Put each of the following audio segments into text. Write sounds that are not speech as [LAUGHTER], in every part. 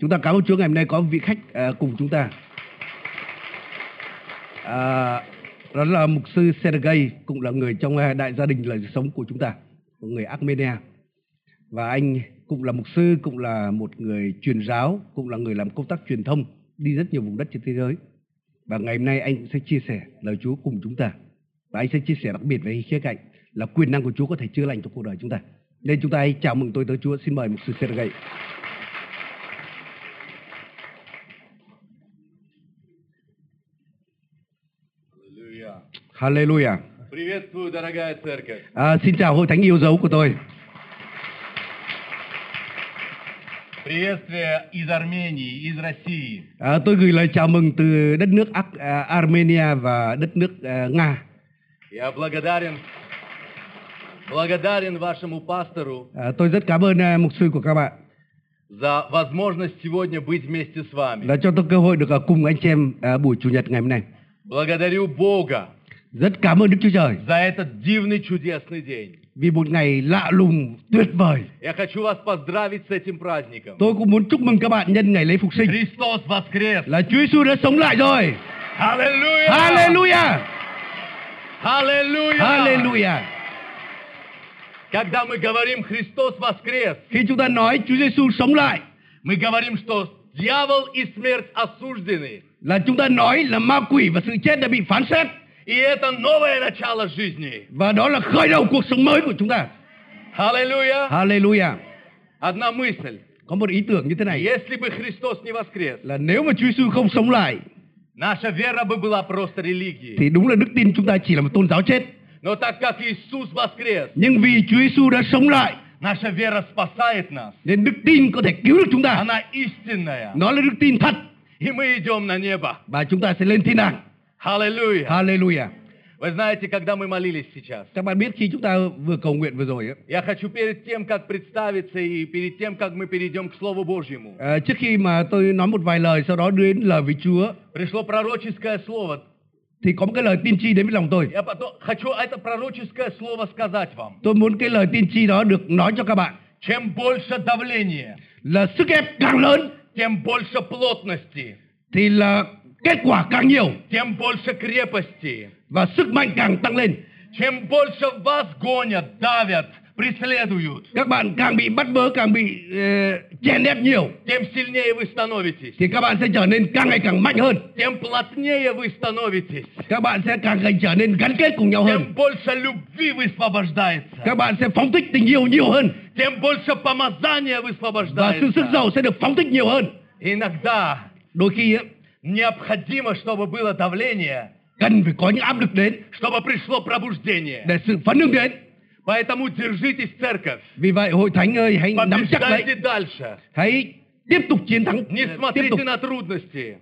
chúng ta cảm ơn Chúa ngày hôm nay có vị khách à, cùng chúng ta. À, đó là mục sư Sergei cũng là người trong à, đại gia đình lời sống của chúng ta, một người Armenia. Và anh cũng là mục sư, cũng là một người truyền giáo, cũng là người làm công tác truyền thông đi rất nhiều vùng đất trên thế giới. Và ngày hôm nay anh cũng sẽ chia sẻ lời Chúa cùng chúng ta. Và anh sẽ chia sẻ đặc biệt về khía cạnh là quyền năng của Chúa có thể chữa lành trong cuộc đời chúng ta. Nên chúng ta hãy chào mừng tôi tới Chúa. Xin mời mục sư Sergei. Аллилуйя. Hallelujah. Приветствую, дорогая церковь. À, xin chào hội thánh yêu dấu của tôi. Приветствие из Армении, из России. À, tôi gửi lời chào mừng từ đất nước Ar- à, Armenia và đất nước à, Nga. Я благодарен, благодарен вашему пастору À, tôi rất cảm ơn à, mục sư của các bạn за возможность сегодня быть вместе с вами. đã cho tôi cơ hội được ở cùng anh chị em à, buổi chủ nhật ngày hôm nay. Благодарю Бога Rất cảm ơn Đức Chúa Trời за этот дивный, чудесный день. vì một ngày lạ lùng tuyệt vời. Я хочу вас поздравить с этим праздником. Tôi cũng muốn chúc mừng các bạn nhân ngày lễ phục sinh Христос воскрес! là Chúa Giêsu đã sống lại rồi. Аллилуйя! Hallelujah! Аллилуйя! Hallelujah! Когда мы говорим «Христос воскрес», Khi chúng ta nói Chúa Giêsu sống lại мы говорим, что дьявол и смерть осуждены. là chúng ta nói là ma quỷ và sự chết đã bị phán xét И это новое начало жизни. và đó là khởi đầu cuộc sống mới của chúng ta. Аллилуйя! Hallelujah! Одна мысль. Có một ý tưởng như thế này Если бы Христос не воскрес, là nếu mà Chúa Giêsu không sống lại наша вера бы была просто религией. thì đúng là đức tin chúng ta chỉ là một tôn giáo chết. Но так как Иисус воскрес, Nhưng vì Chúa Giêsu đã sống lại наша вера спасает нас. nên đức tin có thể cứu được chúng ta. Она истинная. Nó là đức tin thật И мы идем на небо. và chúng ta sẽ lên thiên đàng. Аллилуйя. Hallelujah. Вы знаете, когда мы молились сейчас, Các bạn biết khi chúng ta vừa cầu nguyện vừa rồi ấy, я хочу перед тем, как представиться и перед тем, как мы перейдем к Слову Божьему, à, trước khi mà tôi nói một vài lời sau đó đưa đến lời với Chúa пришло пророческое слово. thì có một cái lời tiên tri đến với lòng tôi. Я потом хочу это пророческое слово сказать вам. Tôi muốn cái lời tiên tri đó được nói cho các bạn Чем больше давления, là sức ép càng lớn тем больше плотности, thì là kết quả càng nhiều тем больше крепости. và sức mạnh càng tăng lên. Чем больше вас гонят, давят, преследуют, Các bạn càng bị bắt bớ, càng bị ờ, chèn ép nhiều тем сильнее вы становитесь, thì các bạn sẽ trở nên càng ngày càng mạnh hơn. тем плотнее вы становитесь, Các bạn sẽ càng ngày trở nên gắn kết cùng nhau тем hơn. больше любви Các высвобождается, bạn sẽ phóng thích tình yêu nhiều hơn тем больше помазания và sự sức высвобождается. giàu sẽ được phóng thích nhiều hơn. Иногда Đôi khi ấy, необходимо, чтобы было давление, cần phải có những áp lực đến чтобы пришло пробуждение. để sự phấn hưng đến. Поэтому держитесь, церковь. Vì vậy hội thánh ơi hãy nắm chắc lấy, Побеждайте дальше. hãy tiếp tục chiến thắng, Не tiếp tục смотрите на трудности.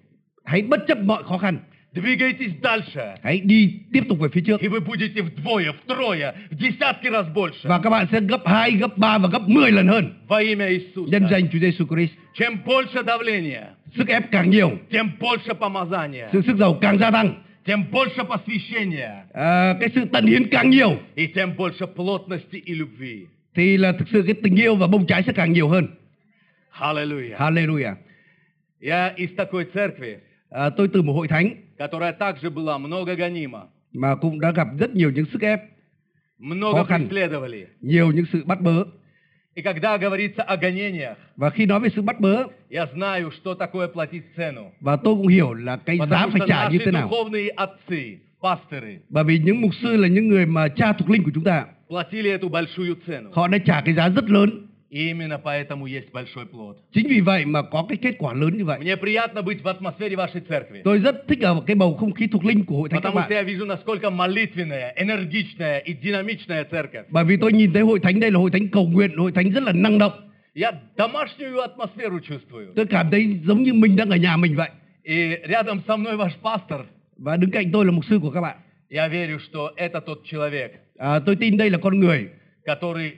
hãy bất chấp mọi khó khăn, Двигайтесь дальше. hãy đi tiếp tục về phía trước И вы будете вдвое, втрое, в десятки раз больше. và các bạn sẽ gấp 2, gấp 3 và gấp 10 lần hơn. Во имя Nhân Иисуса. danh Chúa Giêsu Christ, Чем больше давления, sức ép càng nhiều, тем больше помазания, sự sức giàu càng gia tăng, тем больше посвящения, à, cái sự tận hiến càng nhiều и тем больше плотности и любви. thì là thực sự cái tình yêu và bông trái sẽ càng nhiều hơn. Аллилуйя. Hallelujah. Я из такой церкви, À, tôi từ một hội thánh которая также была много гонима, mà cũng đã gặp rất nhiều những sức ép, много Кохан. преследовали. nhiều những sự bắt bớ. И когда говорится о гонениях, Và khi nói về sự bắt bớ я знаю, что такое платить цену. và tôi cũng hiểu là cái giá Потому phải что trả như наши thế nào. духовные отцы, пасторы, Bởi vì những mục sư là những người mà cha thuộc linh của chúng ta, платили эту большую цену. họ đã trả cái giá rất lớn. И именно поэтому есть большой плод. Chính vì vậy mà có cái kết quả lớn như vậy. Мне приятно быть в атмосфере вашей церкви. Tôi rất thích ở cái bầu không khí thuộc linh của hội thánh các Потому bạn. что я вижу, насколько молитвенная, энергичная и динамичная церковь. Bởi vì tôi nhìn thấy hội thánh đây là hội thánh cầu nguyện, hội thánh rất là năng động. Я домашнюю атмосферу чувствую. Tôi cảm thấy giống như mình đang ở nhà mình vậy. И рядом со мной ваш пастор. Và đứng cạnh tôi là mục sư của các bạn. Я верю, что это тот человек, À, tôi tin đây là con người который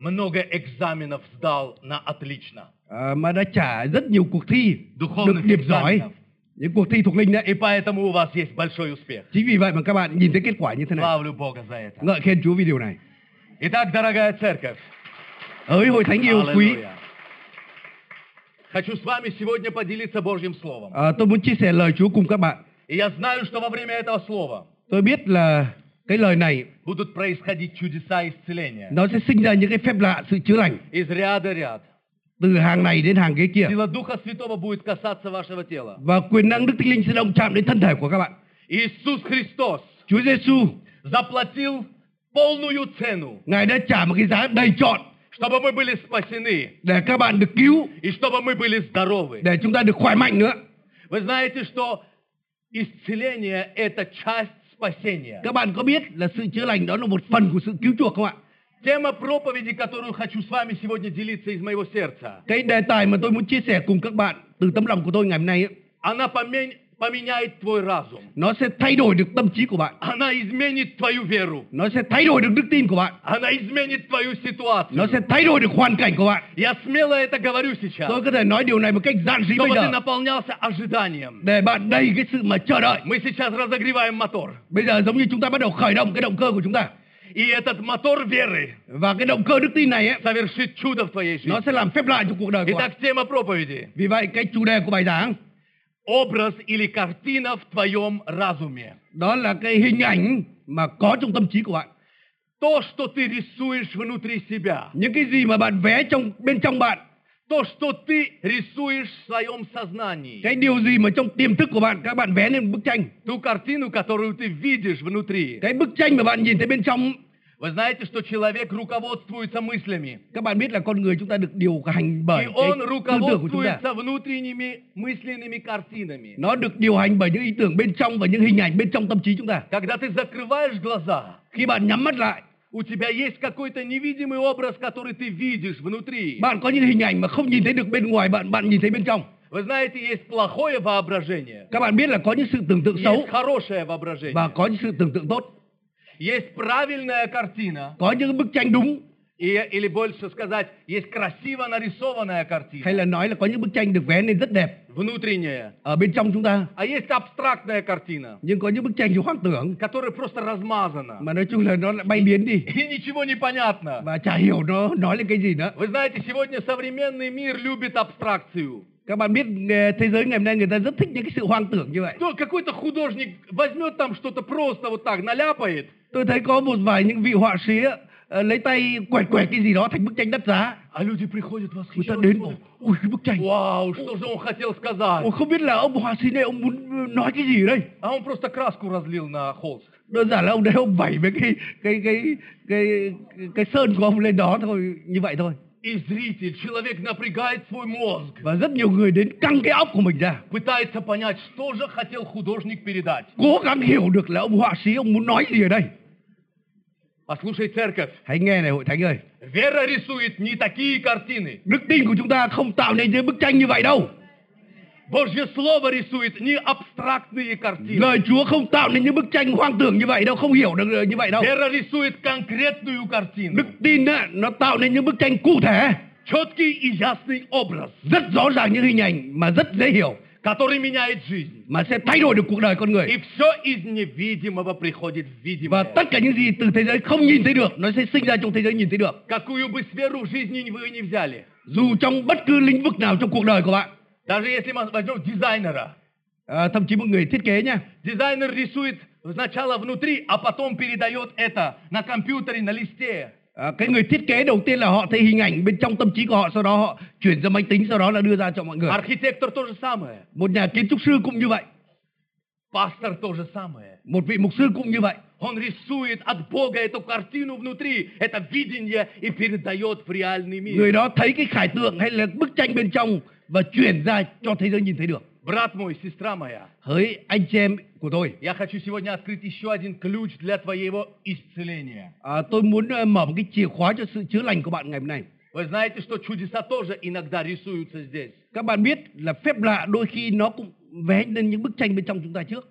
много экзаменов сдал на отлично. à, mà đã trả rất nhiều cuộc thi Duchovnych được điểm giỏi, egzaminów. những cuộc thi thuộc linh đấy. И поэтому у вас есть большой успех. Chính vì vậy mà các bạn nhìn thấy kết quả như thế này. Славлю Бога за это. Ngợi khen Chúa vì điều này. Итак, дорогая церковь, Ới hội thánh yêu quý, аллилуйя. Хочу с вами сегодня поделиться Божьим Словом. À, tôi muốn chia sẻ lời Chúa cùng các bạn. И я знаю, что во время этого слова Tôi biết là cái lời này будут происходить чудеса исцеления. nó sẽ sinh ra những cái phép lạ, sự chữa lành Из ряда в ряд. từ hàng này đến hàng ghế kia. Сила Духа Святого будет касаться вашего тела. Và quyền năng Đức Thánh Linh sẽ động chạm đến thân thể của các bạn. Иисус Христос Chúa Giêsu заплатил полную цену, Ngài đã trả một cái giá đầy trọn чтобы мы были спасены để các bạn được cứu, и чтобы мы были здоровы. để chúng ta được khỏe mạnh nữa. Вы знаете, что исцеление – это часть спасения. Các bạn có biết là sự chữa lành đó là một phần của sự cứu chuộc không ạ? Тема проповеди, которую хочу с вами сегодня делиться из моего сердца, Cái đề tài mà tôi muốn chia sẻ cùng các bạn từ tấm lòng của tôi ngày hôm nay ấy, она помен- поменяет твой разум. nó sẽ thay đổi được tâm trí của bạn. Она изменит твою веру. Nó sẽ thay đổi được đức tin của bạn. Она изменит Nó твою sẽ ситуацию. thay đổi được hoàn cảnh của bạn. Я смело это говорю сейчас, Tôi có thể nói điều này một cách giản dị bây чтобы ты giờ наполнялся ожиданием. để bạn đầy cái sự mà chờ đợi. Мы сейчас разогреваем мотор. Bây giờ giống như chúng ta bắt đầu khởi động cái động cơ của chúng ta И этот мотор веры và cái động cơ đức tin này ấy, совершит чудо в твоей nó жизни. sẽ làm phép lạ cho cuộc đời của bạn. Итак, тема проповеди. Vì vậy cái chủ đề của bài giảng Образ или картина в твоем разуме. đó là cái hình ảnh mà có trong tâm trí của bạn. То, что ты рисуешь внутри себя. Những cái gì mà bạn vẽ trong bên trong bạn, То, что ты рисуешь в своем сознании. cái điều gì mà trong tiềm thức của bạn các bạn vẽ lên bức tranh. Ту картину, которую ты видишь внутри. Cái bức tranh mà bạn nhìn thấy bên trong Вы знаете, что человек руководствуется мыслями. các bạn biết là con người chúng ta được điều hành bởi И cái он tư tưởng của chúng ta. руководствуется внутренними мысленными картинами. Nó được điều hành bởi những ý tưởng bên trong và những hình ảnh bên trong tâm trí chúng ta. Когда ты закрываешь глаза, Khi bạn nhắm mắt lại, у тебя есть какой-то невидимый образ, который ты видишь внутри. bạn có những hình ảnh mà không nhìn thấy được bên ngoài bạn, bạn nhìn thấy bên trong. Вы знаете, есть плохое воображение, Các bạn biết là có những sự tưởng tượng xấu есть хорошее và воображение, có những sự tưởng tượng tốt. есть правильная картина, Có những bức tranh đúng и, или больше сказать, есть красиво нарисованная hay картина, là nói là có những bức tranh được vẽ nên rất đẹp внутренняя, ở bên trong chúng ta. а есть абстрактная картина, Nhưng có những bức tranh thì hoang tưởng которая просто размазана, mà nói chung là nó lại bay biến đi и ничего не понятно. và chả hiểu nó nói lên cái gì nữa. Вы знаете, сегодня современный мир любит абстракцию. Các bạn biết eh, thế giới ngày hôm nay người ta rất thích những cái sự hoang tưởng như vậy. Кто- Ну, Какой-то художник возьмет там что-то просто вот так, наляпает, Tôi thấy có một vài những vị họa sĩ ấy, ờ, lấy tay quẹt quẹt cái gì đó thành bức tranh đắt giá. а люди приходят Người ta восхищенные. đến bảo, смотрят. ui cái bức tranh. Вау, что же он хотел сказать? Ôi, không biết là ông họa sĩ này ông muốn ờ, nói cái gì ở đây. А он просто краску разлил на холст. Đơn giản là ông đấy ông vẩy với cái cái cái cái cái, cái sơn của ông lên đó thôi như vậy thôi. И зритель, человек напрягает свой мозг, Và rất nhiều người đến căng cái óc của mình ra, пытается понять, что же хотел hудожник передать. cố gắng hiểu được là ông họa sĩ ông muốn nói gì ở đây. Послушай, церковь, Hãy nghe này hội thánh ơi, вера рисует не такие картины. đức tin của chúng ta không tạo nên những bức tranh như vậy đâu. Божье Слово рисует не абстрактные картины. Lời Chúa không tạo nên những bức tranh hoang tưởng như vậy đâu, không hiểu được ờ, như vậy đâu. Вера рисует конкретную Đức картину. tin á, nó tạo nên những bức tranh cụ thể, Четкий и ясный образ, rất rõ ràng những hình ảnh mà rất dễ hiểu, который меняет жизнь. mà sẽ thay đổi được cuộc đời con người. И все из невидимого приходит в Và видимое. tất cả những gì từ thế giới không nhìn thấy được, nó sẽ sinh ra trong thế giới nhìn thấy được. Какую бы сферу в жизни вы ни взяли, Dù trong bất cứ lĩnh vực nào trong cuộc đời của bạn, даже если мы возьмем дизайнера, à, thậm chí một người thiết kế nha, Дизайнер рисует сначала внутри, а потом передает это на компьютере, на листе. à, cái người thiết kế đầu tiên là họ thấy hình ảnh bên trong tâm trí của họ, sau đó họ chuyển ra máy tính, sau đó là đưa ra cho mọi người. Архитектор то же самое. Một nhà kiến trúc sư cũng như vậy, Пастор то же самое. một vị mục sư cũng như vậy. Он рисует от Бога эту картину внутри, это видение и передает в реальный Người мир. đó thấy cái khải tượng hay là bức tranh bên trong và chuyển ra cho thế giới nhìn thấy được. Брат мой, сестра моя, Hỡi anh chị em của tôi, я хочу сегодня открыть еще один ключ для твоего исцеления. à, tôi muốn ờ, mở một cái chìa khóa cho sự chữa lành của bạn ngày hôm nay. Вы знаете, что чудеса тоже иногда рисуются здесь. Các bạn biết là phép lạ đôi khi nó cũng vẽ lên những bức tranh bên trong chúng ta trước.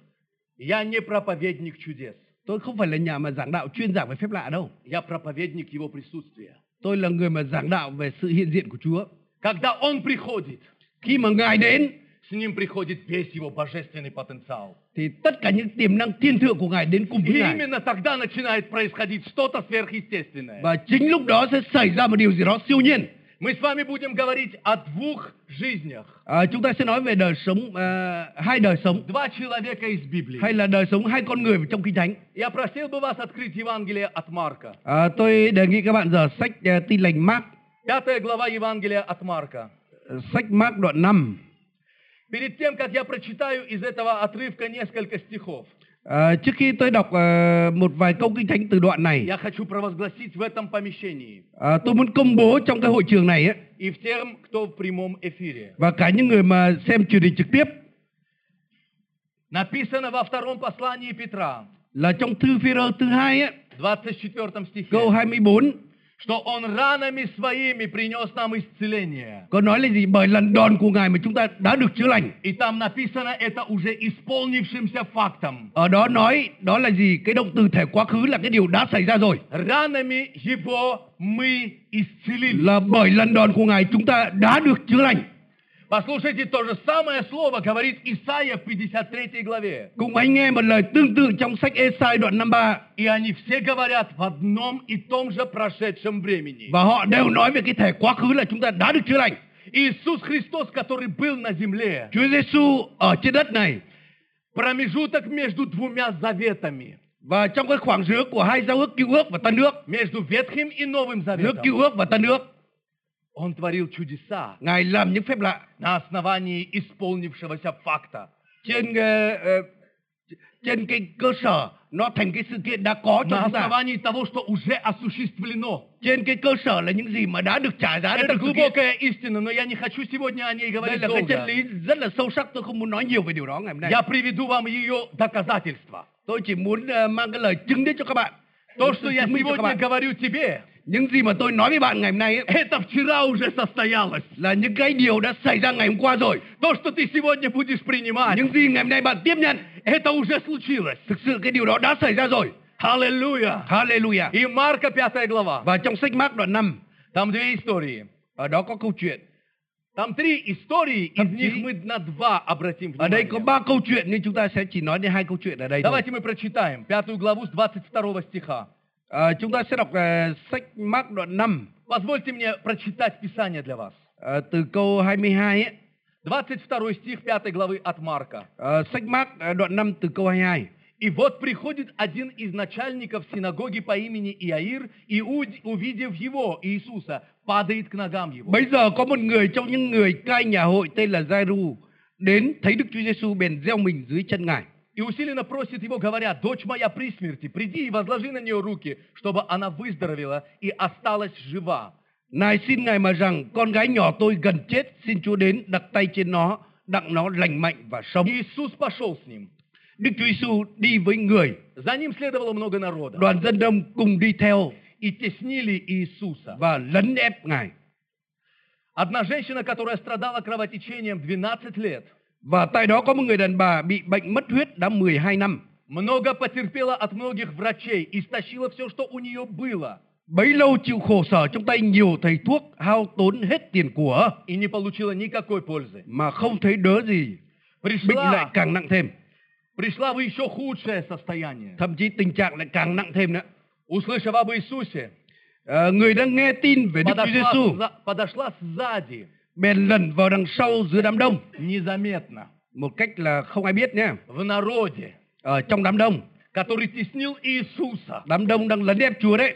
Я не проповедник чудес, Tôi không phải là nhà mà giảng đạo chuyên giảng về phép lạ đâu. я проповедник его присутствия. Tôi là người mà giảng đạo về sự hiện diện của Chúa. Когда он приходит, Khi mà Ngài đến С ним приходит весь его божественный потенциал. thì tất cả những tiềm năng thiên thượng của Ngài đến cùng И với Ngài. именно тогда начинает происходить что-то сверхъестественное. Và chính lúc đó sẽ xảy ra một điều gì đó siêu nhiên. мы с вами будем говорить о двух жизнях. À, chúng ta sẽ nói về đời sống à, hai đời sống Два человека из Библии. hay là đời sống hai con người trong kinh thánh. Я просил бы вас открыть Евангелие от Марка. À, tôi đề nghị các bạn giờ sách à, Tin lành Mark, Пятая глава Евангелия от Марка. sách Mark đoạn 5. Перед тем, как я прочитаю из этого отрывка несколько стихов, À, trước khi tôi đọc à, một vài câu kinh thánh từ đoạn này, я хочу провозгласить в этом помещении à, tôi muốn công bố trong cái hội trường này ấy, и в тем, кто в прямом эфире. và cả những người mà xem truyền hình trực tiếp Написано во втором послании Петра, là trong thư Phi-rơ thứ hai ấy, 24 стихе, câu 24 что Он ранами Своими принес нам исцеление. có nói là gì? Bởi lần đòn của Ngài mà chúng ta đã được chữa lành. И там написано это уже исполнившимся фактом. Ở Ờ, đó nói đó là gì? Cái động từ thể quá khứ là cái điều đã xảy ra rồi. Ранами Его мы исцелили. Là bởi lần đòn của Ngài chúng ta đã được chữa lành. Послушайте, то же самое слово говорит Исаия в 53 главе. Cùng anh nghe một lời tương tự trong sách Esai đoạn 53 И они все говорят в одном и том же прошедшем времени. và họ đều nói về cái thể quá khứ là chúng ta đã được chữa lành. Иисус Христос, который был на земле, Chúa Giêsu ở trên đất này промежуток между двумя заветами, và trong cái khoảng giữa của hai giao ước Cựu ước và Tân ước, между Ветхим и Новым nước Заветом, Cựu ước và Tân ước, Он творил чудеса Ngài làm những phép lạ на основании исполнившегося факта. trên ờ, ờ, trên cái cơ sở nó thành cái sự kiện đã có cho На chúng ta основании того, что уже осуществлено. trên cái cơ sở là những gì mà đã được trả giá đã Это được thực hiện глубокая истина, но я не хочу сегодня о đây ней говорить là cái chân долго. lý rất là sâu sắc tôi không muốn nói nhiều về điều đó ngày hôm nay Я приведу вам ее доказательства. tôi chỉ muốn ờ, mang cái lời chứng đến cho các bạn То, tôi что я сегодня говорю тебе, những gì mà tôi nói với bạn ngày hôm nay ấy, это вчера уже состоялось. là những cái điều đã xảy ra ngày hôm qua rồi То, что ты сегодня будешь принимать, những gì ngày hôm nay bạn tiếp nhận это уже случилось. thực sự cái điều đó đã xảy ra rồi Аллилуйя! hallelujah И Марка 5 глава. và trong sách Mark đoạn 5 Там две истории. А, ở đó có câu chuyện Там три истории, из Там них три. А, мы на два обратим ở đây có внимание. ba câu chuyện nhưng chúng ta sẽ chỉ nói đến hai câu chuyện ở đây thôi. Давайте мы прочитаем пятую главу с 22 стиха. Ờ, chúng ta sẽ đọc ờ, sách Mark đoạn 5 Позвольте мне прочитать Писание для вас. ờ, từ câu 22 ấy 22 стих 5 главы от Марка. Ờ, sách Mark ờ, đoạn 5 từ câu 22. И вот приходит один из начальников синагоги по имени Иаир, и, уд- увидев его, Иисуса, падает к ногам его. Bây giờ có một người trong những người cai nhà hội tên là Giai-ru đến thấy Đức Chúa Giêsu bèn gieo mình dưới chân Ngài. И усиленно просит его, говоря, «Дочь моя при смерти, приди и возложи на нее руки, чтобы она выздоровела и осталась жива». Nài xin Ngài mà rằng con gái nhỏ tôi gần chết, xin Chúa đến đặt tay trên nó, đặng nó lành mạnh và sống. Иисус пошел с ним. Đức Chúa Giêsu đi với người, За ним следовало много народа. đoàn dân đông cùng đi theo И теснили Иисуса. và lấn ép Ngài. Одна женщина, которая страдала кровотечением 12 лет, Và tại đó có một người đàn bà bị bệnh mất huyết đã 12 năm. много потерпела от многих врачей, истощила все, что у нее было, Bấy lâu chịu khổ sở trong tay nhiều thầy thuốc, hao tốn hết tiền của и не получила никакой пользы. mà không thấy đỡ gì bệnh lại Пришла, càng nặng thêm пришла в еще худшее состояние. thậm chí tình trạng lại càng nặng thêm nữa Услышав об Иисусе, Ờ, người đang nghe tin về Đức Chúa подошла, Giêsu сза- подошла сзади, bèn lẩn vào đằng sau giữa đám đông незаметно, một cách là không ai biết nhé в народе, ở trong đám đông который теснил Иисуса, đám đông đang lấn ép Chúa đấy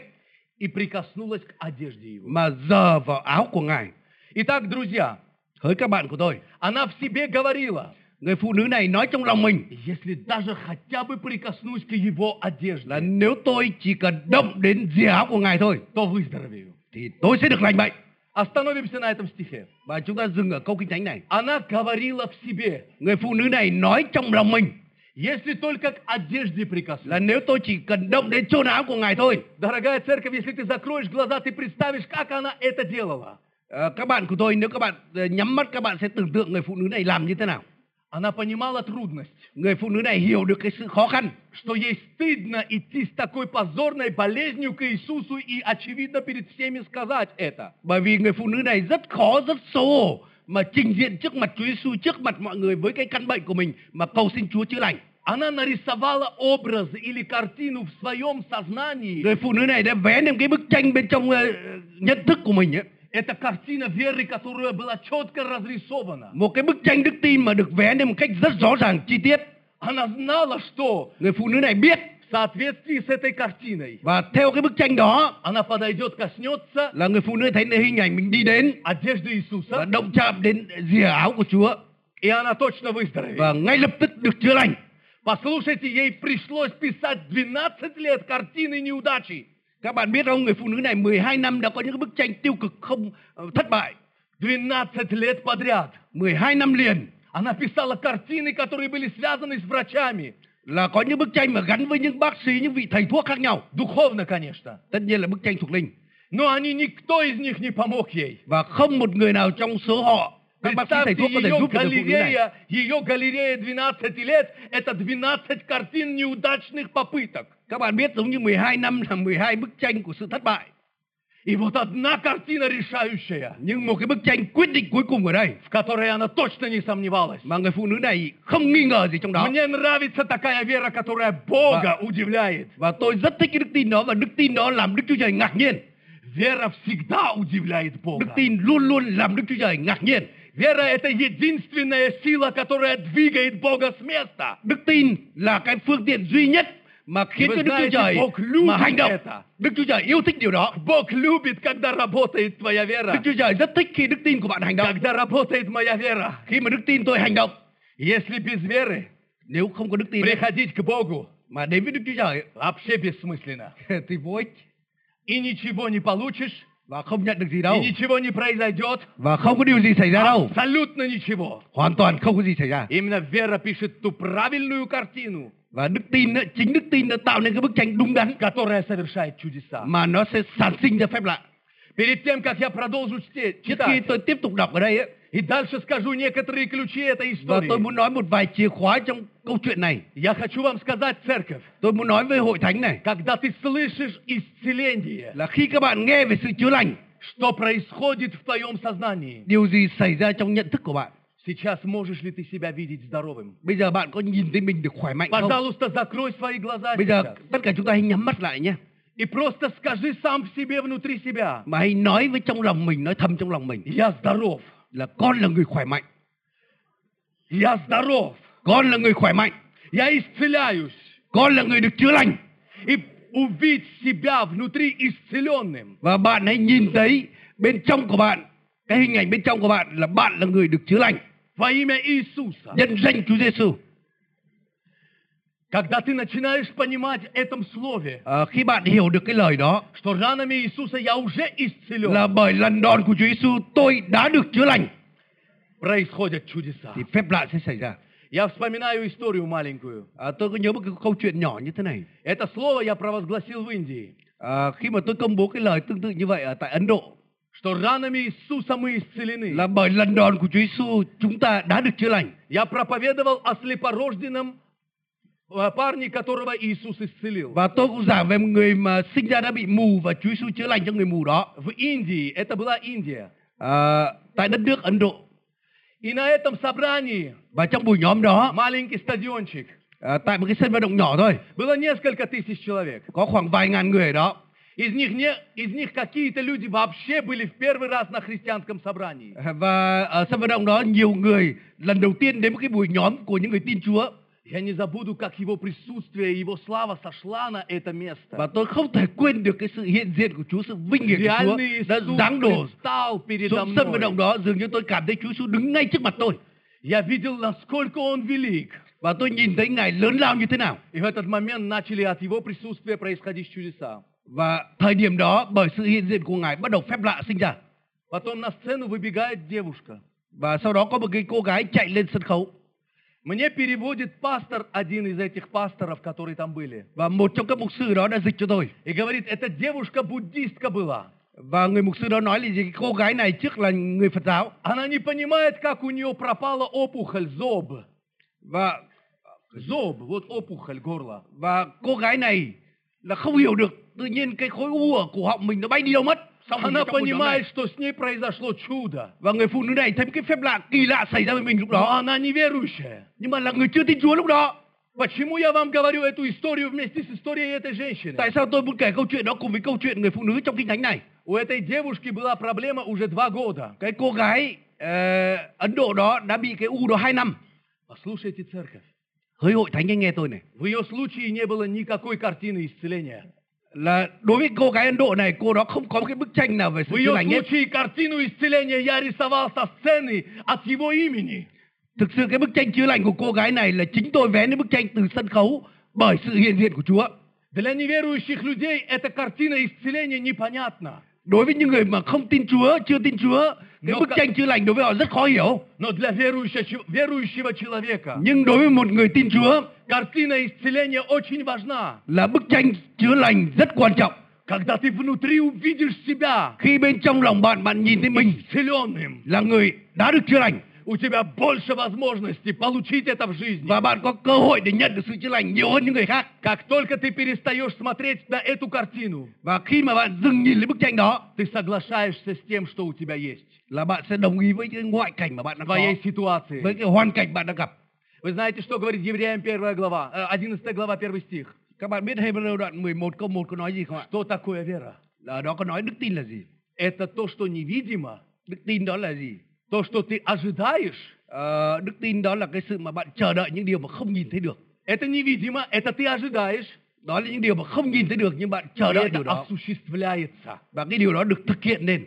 и прикоснулась к одежде его. mà giờ vào áo của ngài Итак, друзья, hỡi các bạn của tôi она в себе говорила, người phụ nữ này nói trong lòng mình если даже хотя бы прикоснусь к его là одежде, nếu tôi chỉ cần động đến dìa áo của ngài thôi то выздоровею. thì tôi sẽ được lành bệnh Остановимся на этом стихе. và chúng ta dừng ở câu kinh thánh này Она говорила в себе, người phụ nữ này nói trong lòng mình если только к одежде là прикоснусь. nếu tôi chỉ cần động đến chôn áo của ngài thôi Дорогая церковь, если ты закроешь глаза, ты представишь, как она это делала. Ờ, các bạn của tôi nếu các bạn ờ, nhắm mắt các bạn sẽ tưởng tượng người phụ nữ này làm như thế nào Она понимала трудность, người phụ nữ này hiểu được cái sự khó khăn что ей стыдно идти с такой позорной болезнью к Иисусу и, очевидно, перед всеми сказать это. bởi vì người phụ nữ này rất khó rất xấu hổ mà trình diện trước mặt Chúa Giêsu trước mặt mọi người với cái căn bệnh của mình mà cầu xin Chúa chữa lành Она нарисовала образ или картину в своем сознании. người phụ nữ này đã vẽ nên cái bức tranh bên trong ờ, nhận thức của mình ấy. Это картина веры, которая была четко разрисована. một cái bức tranh đức tin mà được vẽ lên một cách rất rõ ràng chi tiết Она знала, что người phụ nữ này biết в соответствии с этой картиной và theo cái bức tranh đó она подойдет, коснется là người phụ nữ thấy hình ảnh mình đi đến одежды Иисуса, và động chạm đến rìa áo của Chúa и она точно выздоровеет. và ngay lập tức được chữa lành. Послушайте, ей пришлось писать 12 лет картины неудачи. Các bạn biết không, người phụ nữ này 12 năm đã có những bức tranh tiêu cực không ờ, thất bại, 12 лет подряд. 12 năm liền Она писала картины, которые были связаны с врачами. là có những bức tranh mà gắn với những bác sĩ, những vị thầy thuốc khác nhau. Духовно, конечно. Tất nhiên là bức tranh thuộc linh Но они, никто из них не помог ей. và không một người nào trong số họ các bác sĩ Представьте, thầy thuốc có thể ее giúp được người phụ nữ này. галерея, ее галерея 12 лет – это 12 картин неудачных попыток. Các bạn biết giống như 12 năm là 12 bức tranh của sự thất bại, И вот одна картина решающая, nhưng một cái bức tranh quyết định cuối cùng ở đây в которой она точно не сомневалась. mà người phụ nữ này không nghi ngờ gì trong đó. Мне нравится такая вера, которая Бога удивляет. Và tôi rất thích cái đức tin đó và đức tin đó làm Đức Chúa Trời ngạc nhiên. Вера всегда удивляет Đức Бога. tin luôn luôn làm Đức Chúa Trời ngạc nhiên. Вера – это единственная сила, которая двигает Бога с места. Đức tin là cái phương tiện duy nhất mà khiến Вы cho Đức Chúa знаете, Trời Бог любит mà hành động. это. Đức Chúa Trời yêu thích điều đó. Бог любит, когда работает твоя Đức вера. Chúa Trời rất thích khi đức tin của bạn hành động. Когда работает моя вера. Khi mà đức tin tôi hành động, Если без веры nếu không có đức tin приходить к Богу mà đến với Đức Chúa Trời вообще бессмысленно. thì vô ích И ничего не получишь, và không nhận được gì и đâu ничего не произойдет. và không có điều gì xảy ra đâu. Абсолютно ничего. Hoàn toàn không có gì xảy ra. Именно вера пишет ту правильную картину, Và đức tin ấy, chính đức tin đã tạo nên cái bức tranh đúng đắn которая совершает чудеса. mà nó sẽ sản sinh ra phép lạ. Перед тем, как я продолжу чте- Trước khi читать, tôi tiếp tục đọc ở đây ấy, и дальше скажу некоторые ключи этой và tôi истории, muốn nói một vài chìa khóa trong câu chuyện này. я хочу вам сказать, церковь, Tôi muốn nói với hội thánh này когда ты слышишь исцеление, là khi các bạn nghe về sự chữa lành, что происходит в твоем сознании, điều gì xảy ra trong nhận thức của bạn? сейчас можешь ли ты себя видеть здоровым? Bây giờ bạn có nhìn thấy mình được khỏe mạnh không? Пожалуйста, закрой свои глаза Bây giờ сейчас tất cả chúng ta hãy nhắm mắt lại nhé, и просто скажи сам себе внутри себя, mà hãy nói với trong lòng mình, nói thầm trong lòng mình я здоров, là con là người khỏe mạnh, я здоров, con là người khỏe mạnh, я исцеляюсь. con là người được chữa lành И увидь себя внутри исцеленным. và bạn hãy nhìn thấy bên trong của bạn cái hình ảnh bên trong của bạn là bạn là người được chữa lành Во имя Иисуса. nhân danh Chúa Giêsu. Когда ты начинаешь понимать в этом слове, Ờ, khi bạn hiểu được cái lời đó что ранами Иисуса я уже исцелен, là bởi lần đòn của Chúa Giêsu tôi đã được chữa lành происходят чудеса. thì phép lạ sẽ xảy ra. Я вспоминаю историю маленькую. À, tôi có nhớ một cái câu chuyện nhỏ như thế này. Это слово я провозгласил в Индии, À, khi mà tôi công bố cái lời tương tự như vậy ở tại Ấn Độ что ранами Иисуsa мы исцелены. là bởi lần đòn của Chúa Giêsu chúng ta đã được chữa lành. Я проповедовал о слепорожденном э, парне, которого Иисус исцелил. Và Ờ, tôi cũng giảng về một người mà sinh ra đã bị mù và Chúa Giêsu chữa lành cho người mù đó В Индии, это была Индия. à, tại đất nước Ấn Độ. И на этом собрании, Và trong buổi nhóm đó маленький стадиончик, à, tại một cái sân vận động nhỏ thôi было несколько тысяч человек. có khoảng vài ngàn người ở đó. Из них, не, из них какие-то люди вообще были в первый раз на христианском собрании. À, Và ở sân vận động đó nhiều người lần đầu tiên đến một cái buổi nhóm của những người tin Chúa Я не забуду, как его присутствие и его слава сошла на это và место. tôi không thể quên được cái sự hiện diện của Chúa, sự vinh hiển của Chúa Реальный đã giáng đổ Иисус предстал передо xuống sân vận мной. động đó dường như tôi cảm thấy Chúa Giêsu đứng ngay trước mặt tôi Я видел, насколько он велик. và tôi nhìn thấy ngài lớn lao như thế nào И в этот момент начали от его присутствия происходить чудеса. và thời điểm đó bởi sự hiện diện của ngài bắt đầu phép lạ sinh ra Потом на сцену выбегает девушка. và sau đó có một cái cô gái chạy lên sân khấu Мне переводит пастор, один из этих пасторов, которые там были. và một trong các mục sư đó đã dịch cho tôi И говорит, эта девушка буддистка была. và người mục sư đó nói là gì cô gái này trước là người Phật giáo Она не понимает, как у нее пропала опухоль, зоб. và Зоб, вот опухоль горла. và cô gái này là không hiểu được tự nhiên cái khối u ở cổ họng mình nó bay đi đâu mất xong rồi Она trong một nhóm понимает, này. что с ней произошло чудо. và người phụ ну nữ này thấy một cái phép lạ kỳ lạ xảy ra với mình lúc Но đó она неверующая. nhưng mà là người chưa tin Chúa lúc đó ну Почему я вам говорю эту историю вместе с историей этой женщины? Tại sao tôi muốn kể câu chuyện đó cùng với câu chuyện người phụ nữ trong kinh thánh này? У этой девушки была проблема уже два года. cái cô gái ờ, Ấn Độ đó đã bị cái u đó 2 năm Послушайте, церковь, hỡi hội thánh anh nghe tôi này в ее случае не было никакой картины исцеления. là đối với cô gái Ấn Độ này cô đó không có một cái bức tranh nào về sự В chữa ее lành hết случае картину исцеления я рисовал со сцены от его имени. thực sự cái bức tranh chữa lành của cô gái này là chính tôi vẽ lên bức tranh từ sân khấu bởi sự hiện diện của Chúa Для неверующих людей эта картина исцеления непонятна. đối với những người mà không tin Chúa chưa tin Chúa cái Nó bức cả- tranh chữa lành đối với họ rất khó hiểu Но для верующего, че- верующего человека nhưng đối với một người tin Chúa картина исцеления очень важна. là bức tranh chữa lành rất quan trọng Когда ты внутри увидишь себя khi bên trong lòng bạn bạn nhìn thấy mình исцеленным, là người đã được chữa lành у тебя больше возможностей получить это в жизни. và bạn có cơ hội để nhận được sự chữa lành nhiều hơn những người khác Как только ты перестаешь смотреть на эту картину, và khi mà bạn dừng nhìn lên bức tranh đó ты соглашаешься с тем, что у тебя есть, là bạn sẽ đồng ý với cái ngoại cảnh mà bạn в đang có твоей với ситуации. cái hoàn cảnh bạn đang gặp Вы знаете, что говорит Евреям 1 глава, э, 11 глава 1 стих? các bạn biết Hebrew đoạn 11 câu 1 có nói gì không ạ Что такое вера? ở đó có nói đức tin là gì Это то, что невидимо, đức tin đó là gì то, что ты ожидаешь. э, Ờ, đức tin đó là cái sự mà bạn chờ đợi những điều mà хм không nhìn thấy được Это невидимо, это ты ожидаешь, đó là những điều mà хм không nhìn thấy được nhưng bạn chờ и đợi это điều đó осуществляется. và cái điều đó được thực hiện lên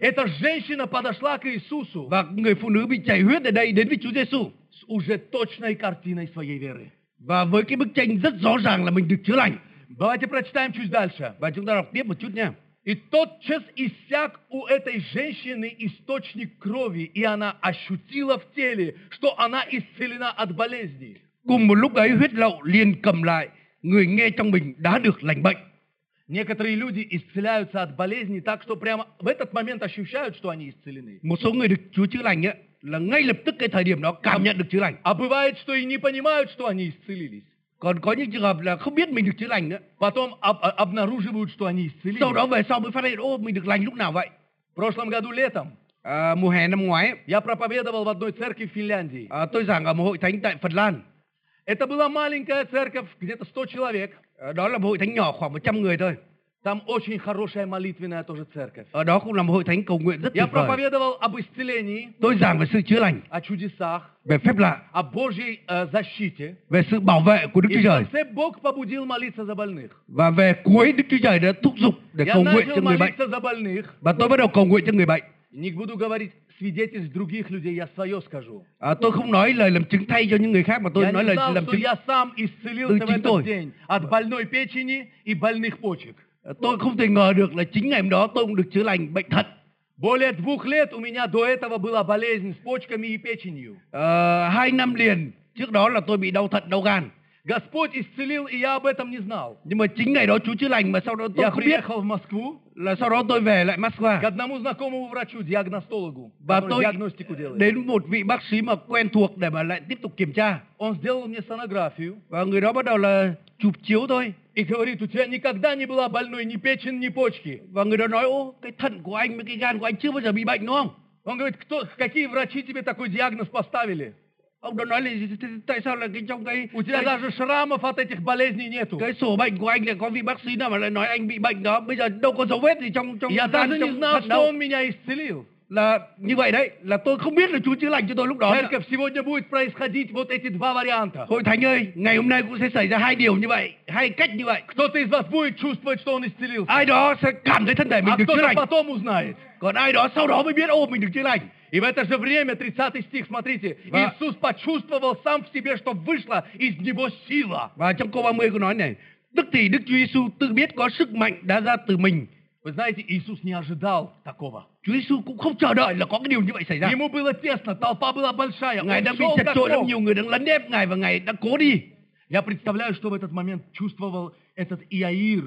Эта женщина подошла к Иисусу và người phụ nữ bị chảy huyết ở đây đến với Chúa Giêsu с уже точной картиной своей веры. và với cái bức tranh rất rõ ràng là mình được chữa lành Давайте прочитаем чуть дальше. và chúng ta đọc tiếp một chút nha И тотчас иссяк у этой женщины источник крови, и она ощутила в теле, что она исцелена от болезни. cùng một lúc ấy huyết lậu liền cầm lại người nghe trong mình đã được lành bệnh Некоторые люди исцеляются от болезни так, что прямо в этот момент ощущают, что они исцелены. một số người được Chúa chữa lành ấy, là ngay lập tức cái thời điểm đó cảm nhận được chữa lành А бывает, что и не понимают, что они исцелились. còn có những trường hợp là không biết mình được chữa lành nữa Потом об- о- обнаруживают, что они исцелились. sau đó về sau mới phát hiện ô mình được lành lúc nào vậy В прошлом году летом à, mùa hè năm ngoái ấy, я проповедовал в одной церкви в Финляндии. à, tôi giảng ở một hội thánh tại Phần Lan Это была маленькая церковь, где-то 100 человек. à, đó là một hội thánh nhỏ khoảng 100 người thôi Там очень хорошая молитвенная тоже церковь. ở đó cũng là một hội thánh cầu nguyện rất Я tuyệt vời проповедовал об исцелении, tôi giảng về sự chữa lành о чудесах, về phép lạ о Божьей э, защите. về sự bảo vệ của Đức И Chúa в Trời конце Бог побудил молиться за больных. và về cuối Đức Chúa Trời đã thúc giục để Я cầu nguyện начал cho người bệnh молиться за больных. và tôi bắt đầu cầu nguyện cho người bệnh Не буду говорить свидетельств других людей, я свое скажу. à, tôi không nói lời làm chứng thay cho những người khác mà vâng, tôi dạ- я nói не lời знал, làm что chứng я сам исцелился в Ты этот читой. день от больной печени и больных почек. À, tôi không thể ngờ được là chính ngày hôm đó tôi cũng được chữa lành bệnh thận Более двух лет у меня до этого была болезнь с почками и печенью. Ờ, hai năm liền trước đó là tôi bị đau thận đau gan Господь исцелил, и я об этом не знал. nhưng mà chính ngày đó Chúa chữa lành mà sau đó tôi Я Dạ, không biết приехал в Москву là sau đó tôi về lại к Moscow одному знакомому врачу, диагностологу, và который tôi диагностику делает. đến một vị bác sĩ mà quen thuộc để mà lại tiếp tục kiểm tra Он сделал мне сонографию và người đó bắt đầu là chụp chiếu thôi и говорит, у тебя никогда не была больной ни печень, ни почки. và người đó nói ô cái thận của anh với cái gan của anh chưa bao giờ bị bệnh đúng không Он говорит, кто, какие врачи тебе такой диагноз поставили? ông đó nói là "Thế- thế- tại sao là cái trong cái У тебя cái- даже шрамов от этих болезней нету. cái sổ bệnh của anh là có vị bác sĩ nào mà lại nói anh bị bệnh đó bây giờ đâu có dấu vết gì trong trong Я gan, даже не trong знал, thận что đâu он меня исцелил. là như vậy đấy là tôi không biết là Chúa chữa lành cho tôi lúc đó nữa. Церковь, сегодня будет происходить вот эти два варианта. hội thánh ơi ngày hôm nay cũng sẽ xảy ra hai điều như vậy hai cách như vậy Кто-то из вас будет чувствовать, что он исцелился, ai đó sẽ cảm thấy thân thể mình а được chữa кто-то lành потом узнает. còn ai đó sau đó mới biết ô mình được chữa lành И в это же время, 30 стих, смотрите, Да. Иисус почувствовал сам в себе, что вышла из него сила. và trong câu 30 có nói này tức thì Đức Chúa Giêsu tự biết có sức mạnh đã ra từ mình Вы знаете, Иисус не ожидал такого. Chúa Giêsu cũng không chờ đợi là có cái điều như vậy xảy ra Ему было тесно, толпа была большая, он ngài đang bị шел chật как trội lắm мог. nhiều người đang lấn ép ngài và ngài đã cố đi Я представляю, что в этот момент чувствовал этот Иаир.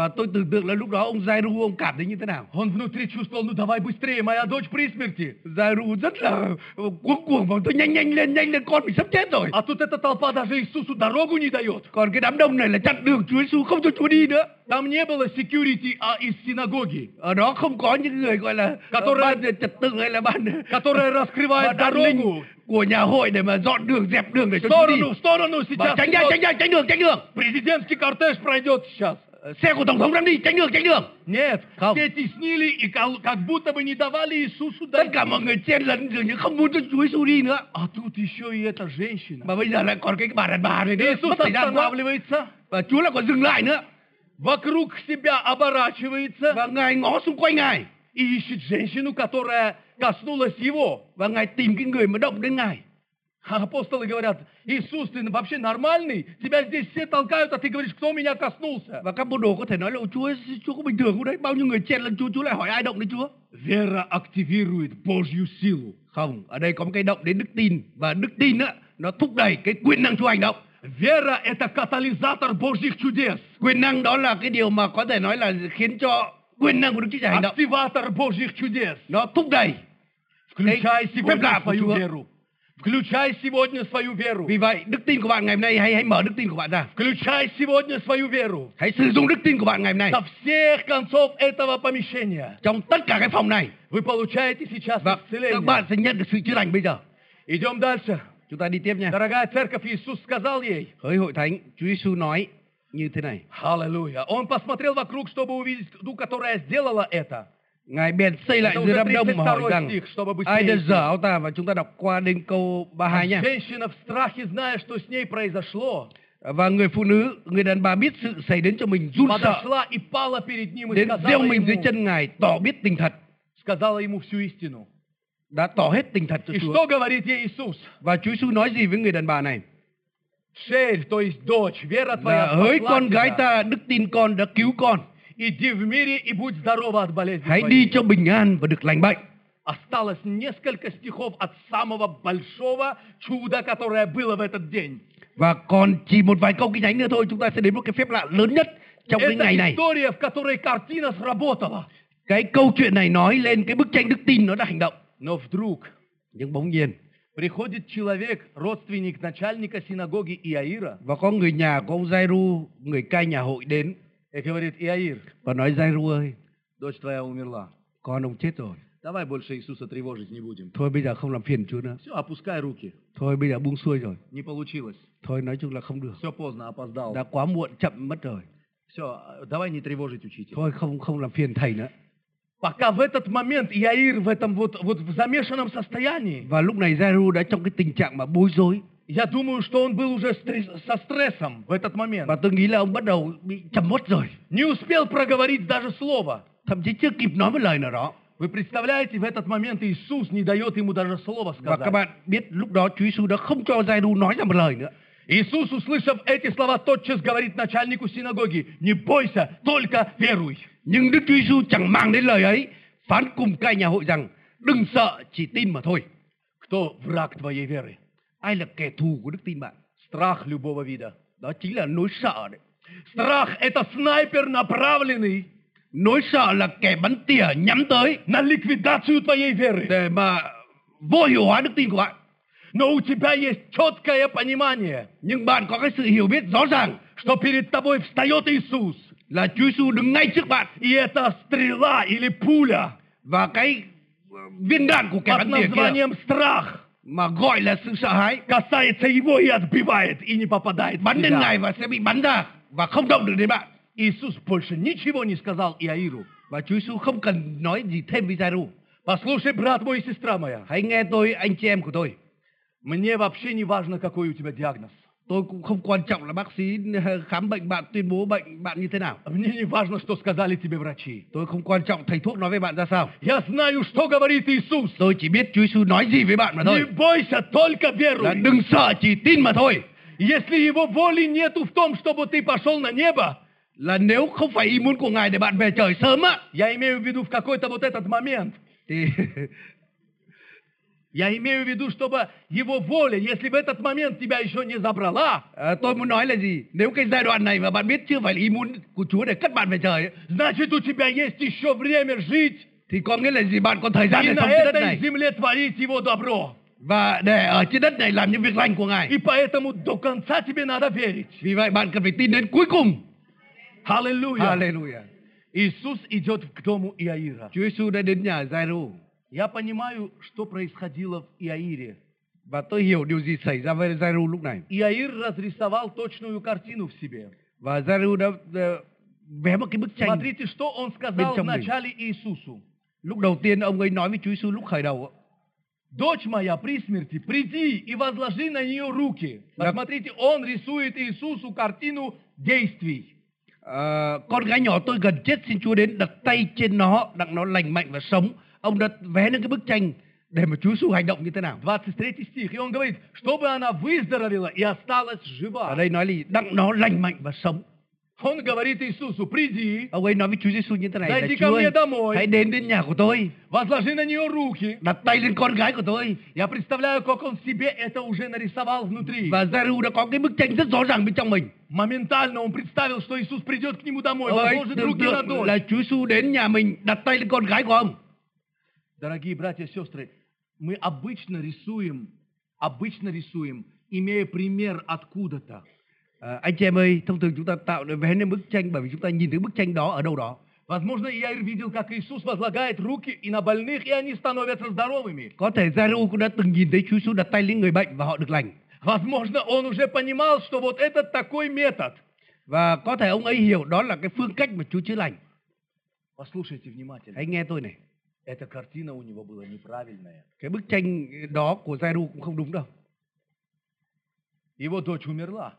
và tôi tưởng tượng là lúc đó ông Giai-ru ông cảm thấy như thế nào Он внутри чувствовал, ну давай быстрее, моя дочь при смерти. Giai-ru rất là Ờ, cuống cuồng và tôi nhanh nhanh lên nhanh lên con mình sắp chết rồi А тут эта толпа даже Иисусу дорогу не дает. còn cái đám đông này là chặn đường Chúa Giêsu không cho Chúa đi nữa Там не было security а из синагоги, ở đó không có những người gọi là Cả ờ, tôi ra- ban trật tự hay là ban [LAUGHS] ban которая раскрывает an ninh дорогу của nhà hội để mà dọn đường dẹp đường để в cho Chúa đi сторону, в сторону Bảo сейчас. tránh ra идет. tránh ra tránh đường tránh đường Президентский кортеж пройдет сейчас. xe của tổng thống đang đi tránh đường tránh đường Нет, Кал. все теснили и кал- как будто бы не давали Иисусу tất дойти. cả mọi người chen lấn dường như không muốn cho chúa Giêsu đi nữa А тут еще и эта женщina. mà bây giờ lại còn cái bà đàn bà này nữa mất Иисус thời gian quá останавливается, và chúa lại còn dừng lại nữa вокруг себя và оборачивается ngài ngó xung quanh ngài и ищет женщину, которая коснулась его. và ngài tìm cái người mà động đến ngài А Апостолы говорят, Иисус, ты вообще нормальный? Тебя здесь все толкают, а ты говоришь, кто меня коснулся? và các môn đồ có thể nói là "Ôi, chúa chúa có bình thường không đấy bao nhiêu người chen lấn chúa chúa lại hỏi ai động đến chúa Вера активирует Божью силу. không ở đây có một cái động đến đức tin và đức tin á nó thúc đẩy cái quyền năng chúa hành động Вера – это катализатор Божьих чудес, quyền năng đó là cái điều mà có thể nói là khiến cho quyền năng của đức chúa trời hành động активатор Божьих чудес. nó thúc đẩy Включай Эй, сегодня Пепла, свою почему? веру. Включай сегодня свою веру. vì vậy đức tin của bạn ngày hôm nay hãy hãy mở đức tin của bạn ra Включай сегодня свою веру. hãy sử dụng đức tin của bạn ngày hôm nay Со всех концов этого помещения trong tất cả cái phòng này вы получаете сейчас và Vâng, các bạn исцеление. sẽ nhận được sự chữa lành bây giờ Идем дальше. chúng ta đi tiếp nha Дорогая церковь, Иисус сказал ей, hỡi hội thánh chúa giêsu nói như thế này Аллилуйя. Он посмотрел вокруг, чтобы увидеть ту, которая сделала это. ngài bèn xây lại Chúng ta dưới đám thấy đông sách mà hỏi Taurus rằng stich, чтобы быстрее ai đã идти. dở áo ta và chúng ta đọc qua đến câu 32 nha Женщина в страхе, зная, что с ней произошло, và người phụ nữ người đàn bà biết sự xảy đến cho mình run sợ подошла и пала перед ним и đến gieo сказала mình dưới ему, chân ngài tỏ biết tình thật сказала ему всю истину. đã tỏ hết tình thật cho И Chúa что говорит ей Иисус? và Chúa Giêsu nói gì với người đàn bà này Шель, то есть дочь, вера твоя là hỡi спасла con gái тебя. ta đức tin con đã cứu con Иди в мире и будь здорова от болезни hãy твоей». đi cho bình an và được lành bệnh Осталось несколько стихов от самого большого чуда, которое было в этот день. và còn chỉ một vài câu kinh thánh nữa thôi chúng ta sẽ đến một cái phép lạ lớn nhất trong cái ngày Это này история, в которой картина сработала. cái câu chuyện này nói lên cái bức tranh đức tin nó đã hành động Но вдруг nhưng bỗng nhiên приходит человек, родственник начальника синагоги Иаира, và có người nhà của ông Giai-ru người cai nhà hội đến и говорит, Иаир, và nói Giai-ru ơi дочь твоя умерла. con ông chết rồi Давай больше Иисуса тревожить не будем. thôi bây giờ không làm phiền Chúa nữa Все, опускай руки. thôi bây giờ buông xuôi rồi Не получилось. thôi nói chung là không được Все поздно, опоздал. đã quá muộn chậm mất rồi Все, давай не тревожить учителя. thôi không không làm phiền thầy nữa Пока в этот момент Иаир в этом вот, вот в замешанном состоянии, và lúc này Giai-ru đã trong cái tình trạng mà bối rối я думаю, что он был уже стресс- со стрессом в этот момент. và tôi nghĩ là ông bắt đầu bị trầm uất rồi Не успел проговорить даже слово. thậm chí chưa kịp nói một lời nào đó Вы представляете, в этот момент Иисус не дает ему даже слова và các сказать. bạn biết lúc đó Chúa Giêsu đã không cho Giai-ru nói ra một lời nữa Иисус, услышав эти слова, тотчас говорит начальнику синагоги, не бойся, только веруй. nhưng Đức Chúa Giêsu chẳng mang đến lời ấy phán cùng cai nhà hội rằng đừng sợ chỉ tin mà thôi Кто враг твоей веры? ai là kẻ thù của đức tin bạn Страх любого вида. đó chính là nỗi sợ đấy Страх – это снайпер, направленный nỗi sợ là kẻ bắn tỉa nhắm tới на ликвидацию твоей веры. để mà vô hiệu hóa đức tin của bạn а? Но у тебя есть четкое понимание, nhưng bạn có cái sự hiểu biết rõ ràng что перед тобой встает Иисус. là Chúa Giêsu đứng ngay trước bạn И это стрела или пуля và cái ờ, viên đạn của kẻ под bắn tỉa kia названием страх mà gọi là sự sợ hãi касается его и отбивает, и не попадает в bắn đến тебя. ngài và sẽ bị bắn ra và không động được đến bạn Иисус больше ничего не сказал Иаиру. và Chúa Giêsu không cần nói gì thêm với Giai-ru Послушай, брат мой и сестра моя, hãy nghe tôi anh chị em của tôi мне вообще не важно, какой у тебя диагноз. tôi cũng không quan trọng là bác sĩ ờ, khám bệnh bạn tuyên bố bệnh bạn như thế nào Мне не важно, что сказали тебе врачи. tôi không quan trọng thầy thuốc nói với bạn ra sao Я знаю, что говорит Иисус. tôi chỉ biết Chúa Giêsu nói gì với bạn mà Не thôi бойся, только là веруй. đừng sợ chỉ tin mà thôi Если его воли нету в том, чтобы ты пошел на небо, là nếu không phải ý muốn của ngài để bạn về trời sớm á я имею в виду в какой-то вот этот момент, thì [LAUGHS] я имею в виду, чтобы его воля, если в этот момент тебя еще не забрала, à, tôi muốn nói là gì nếu cái giai đoạn này mà bạn biết chưa phải là ý muốn của Chúa để cất bạn về trời ấy, значит у тебя есть еще время жить thì có nghĩa là gì bạn còn thời gian и để на sống trên đất этой này земле творить его добро. và để ở trên đất này làm những việc lành của ngài И поэтому до конца тебе надо верить. vì vậy bạn cần phải tin đến cuối cùng Аллилуйя. Hallelujah Иисус идет к дому Иаира. Chúa Giêsu đã đến nhà Giai-ru Я понимаю, что происходило в Иаире. và tôi hiểu điều gì xảy ra với Giai-ru lúc này Иаир разрисовал точную картину в себе. và Giai-ru đã ờ, vẽ một cái bức tranh Смотрите, что он сказал в начале Иисусу. lúc đầu tiên ông ấy nói với Chúa Giêsu lúc khởi đầu ạ, Дочь моя при смерти, приди и возложи на нее руки. Да. Посмотрите, он рисует Иисусу картину действий. "Ờ, con gái nhỏ tôi gần chết xin Chúa đến đặt tay trên nó đặng nó lành mạnh và sống ông đã vẽ lên cái bức tranh để mà Chúa Giêsu hành động như thế nào 23 стих. И он говорит, чтобы она выздоровела и осталась жива. ở đây nói là gì? đặng nó lành mạnh và sống Он говорит Иисусу, приди, ông ấy nói với Chúa Giêsu như thế này là Dạy đi Chúa con ơi, nghe ta mồi. hãy đến đến nhà của tôi возложи на нее руки. đặt tay lên con gái của tôi Я представляю, как он себе это уже нарисовал внутри. và Giêsu đã có cái bức tranh rất rõ ràng bên trong mình Моментально он представил, что Иисус придет к нему домой, ông ấy возложит tưởng руки на tượng дочь. là Chúa Giêsu đến nhà mình đặt tay lên con gái của ông Дорогие братья и сестры, мы обычно рисуем, обычно рисуем, имея пример откуда-то. Ờ, anh chị em ơi, thông thường chúng ta tạo nên vẽ nên bức tranh bởi vì chúng ta nhìn thấy bức tranh đó ở đâu đó. Возможно, Иаир видел, как Иисус возлагает руки и на больных, и они становятся здоровыми. Có thể Giêsu cũng đã từng nhìn thấy Chúa Giêsu đặt tay lên người bệnh và họ được lành. Возможно, он уже понимал, что вот этот такой метод. Và có thể ông ấy hiểu đó là cái phương cách mà Chúa chữa lành. Послушайте внимательно. Hãy nghe tôi này, Эта картина у него была неправильная. cái bức tranh đó của Giêsu cũng không đúng đâu. Его дочь умерла.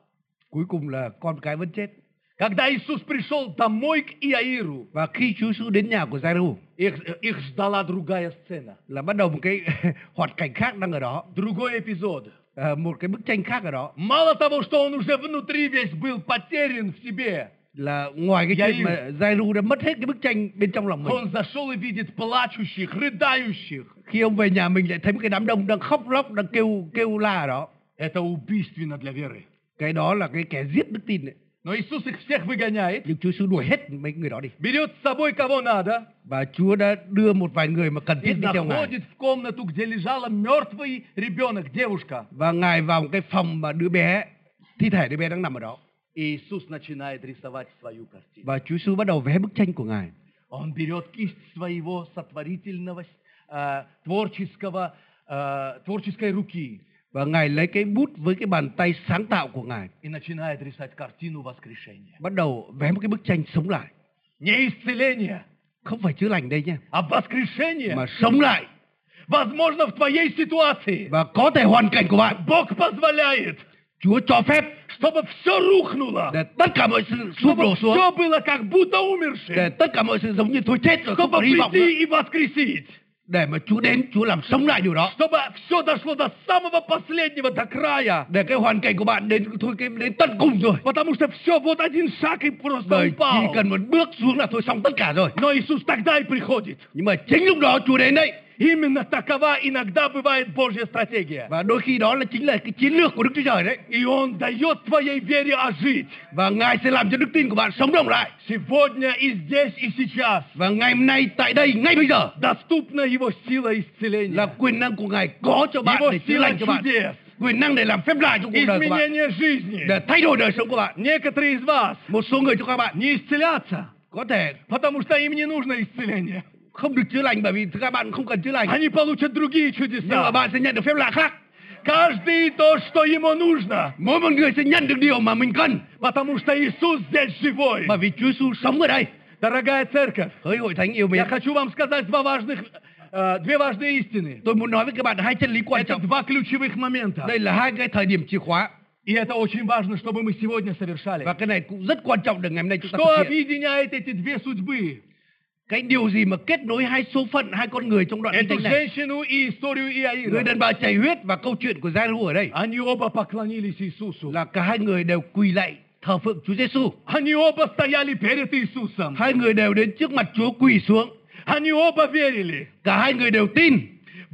Cuối cùng là con cái vẫn chết. Когда Иисус пришел домой к Иаиру, Và khi Chúa Giêsu đến nhà của Giêsu их, их ждала другая сцена, là bắt đầu một cái [LAUGHS] hoạt cảnh khác đang ở đó, другой эпизод. Ờ, một cái bức tranh khác ở đó Мало того, что он уже внутри весь был потерян в себе, là ngoài cái Giai-ru. chuyện mà Giêsu đã mất hết cái bức tranh bên trong lòng mình. он зашел и видит плачущих, рыдающих. Khi ông về nhà mình lại thấy một cái đám đông đang khóc lóc, đang kêu kêu la ở đó. Это убийственно для веры. cái đó là cái kẻ giết đức tin đấy Но Иисус их всех выгоняет, nhưng Chúa Giêsu đuổi hết mấy người đó đi берет с собой кого надо và Chúa đã đưa một vài người mà cần thiết и đi theo ngài заходит в комнату, где лежала мертвый ребенок, девушка. và ngài vào một cái phòng mà đứa bé thi thể đứa bé đang nằm ở đó И Иисус начинает рисовать свою картину. và Chúa Giêsu bắt đầu vẽ bức tranh của ngài Он берет кисть своего сотворительного, э, творческого, э, творческой руки và ngài lấy cái bút với cái bàn tay sáng tạo của ngài и начинает рисовать картину воскрешения. bắt đầu vẽ một cái bức tranh sống lại Не исцеление, không phải chữa lành đây nhé а воскрешение. mà sống lại Возможно, в твоей ситуации và có thể hoàn cảnh của bạn Бог позволяет, Chúa cho phép чтобы все рухнуло, để tất cả mọi sự sụp чтобы đổ xuống все было как будто để умершим, tất cả mọi sự giống như thôi chết rồi không чтобы còn hy vọng nữa. прийти и воскресить, để mà Chúa đến Chúa làm sống lại điều đó чтобы все дошло до самого последнего, до края. để cái hoàn cảnh của bạn đến thôi cái đến tận cùng rồi Потому что все, вот один шаг и просто bởi chỉ упал. cần một bước xuống là thôi xong tất cả rồi Но Иисус тогда и приходит. nhưng mà chính lúc đó Chúa đến đấy Именно такова иногда бывает Божья стратегия. và đôi khi đó là chính là cái chiến lược của Đức Chúa Trời đấy И Он дает твоей вере ожить. và Ngài sẽ làm cho đức tin của bạn sống động lại Сегодня и здесь, и сейчас. và ngày hôm nay tại đây ngay bây giờ Доступна Его сила là исцеления. quyền năng của Ngài có cho bạn Его để chữa сила lành cho bạn чудес. quyền năng để làm phép lạ trong cuộc đời của bạn Изменение жизни. để thay đổi đời sống của bạn Некоторые из вас một số người trong các bạn не исцелятся, có thể потому что им не нужно исцеление. không được chữa lành bởi vì các bạn không cần chữa lành Они получат другие nhưng mà чудеса. bạn sẽ nhận được phép lạ khác Каждый то, что ему нужно, mỗi một người sẽ nhận được điều mà mình cần потому что Иисус здесь живой. bởi vì Chúa Giêsu sống ở đây Dạ, Дорогая церковь, Hỡi hội thánh yêu mến, я хочу вам сказать два важных, э, две важные истины. tôi muốn nói với các bạn hai chân lý quan Это trọng. два ключевых момента. Đây là hai cái thời điểm chìa khóa И это очень важно, чтобы мы сегодня và совершали. cái này cũng rất quan trọng để ngày hôm nay chúng ta Что thực hiện. объединяет эти две судьбы? Cái điều gì mà kết nối hai số phận hai con người trong đoạn kinh Эту thánh này? женщину и историю Người Иаира. đàn bà chảy huyết và câu chuyện của Giai-ru ở đây Они оба поклонились Иисусу. là cả hai người đều quỳ lạy thờ phượng Chúa Giêsu. Они оба стояли перед Иисусом. Hai người đều đến trước mặt Chúa quỳ xuống. Они оба верили Cả hai người đều tin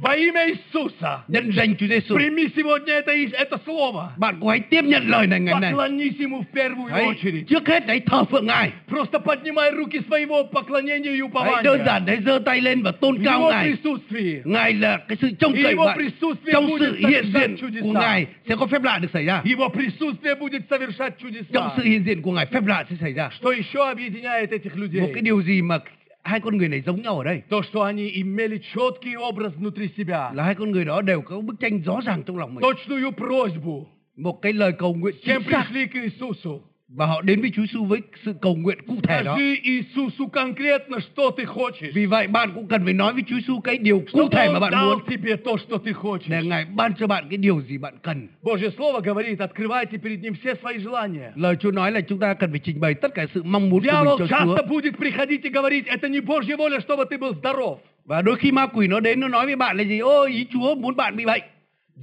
во имя Иисуса. nhân danh Chúa Giêsu. Прими сегодня это, и- это слово. Bạn có hãy tiếp nhận lời này ngày hôm nay. Поклонись Ему в первую Hãy, очередь. trước hết hãy thờ phượng Ngài. Просто поднимай руки своего поклонения и Hãy đơn упования. giản hãy giơ tay lên và В tôn cao Его Ngài. присутствии. Ngài là cái sự trông И cậy Его bạn. присутствие Trong будет sự hiện diện совершать của чудеса. Ngài sẽ có phép lạ được xảy ra. Его присутствие будет совершать Trong чудеса. sự hiện diện của Ngài phép lạ sẽ xảy ra. Что еще объединяет этих Một cái людей? điều gì mà hai con người này giống nhau ở đây То, что они имели четкий образ внутри себя, là hai con người đó đều có bức tranh rõ ràng trong lòng mình. точную просьбу, Một cái lời cầu nguyện с chính чем xác пришли к Иисусу. và họ đến với Chúa Giêsu với sự cầu nguyện cụ thể đó. Скажи Иисусу конкретно, что ты хочешь. Vì vậy bạn cũng cần phải nói với Chúa Giêsu cái điều cụ Чтобы thể mà Он bạn дал muốn тебе то, что ты хочешь. để Ngài ban cho bạn cái điều gì bạn cần. Божье Слово говорит, открывайте перед Ним все свои желания. Lời Chúa nói là chúng ta cần phải trình bày tất cả sự mong muốn của Дьявол mình cho Chúa. часто будет приходить и говорить, это не Божья воля, чтобы ты был здоров. Và đôi khi ma quỷ nó đến nó nói với bạn là gì? Ôi ý Chúa muốn bạn bị bệnh.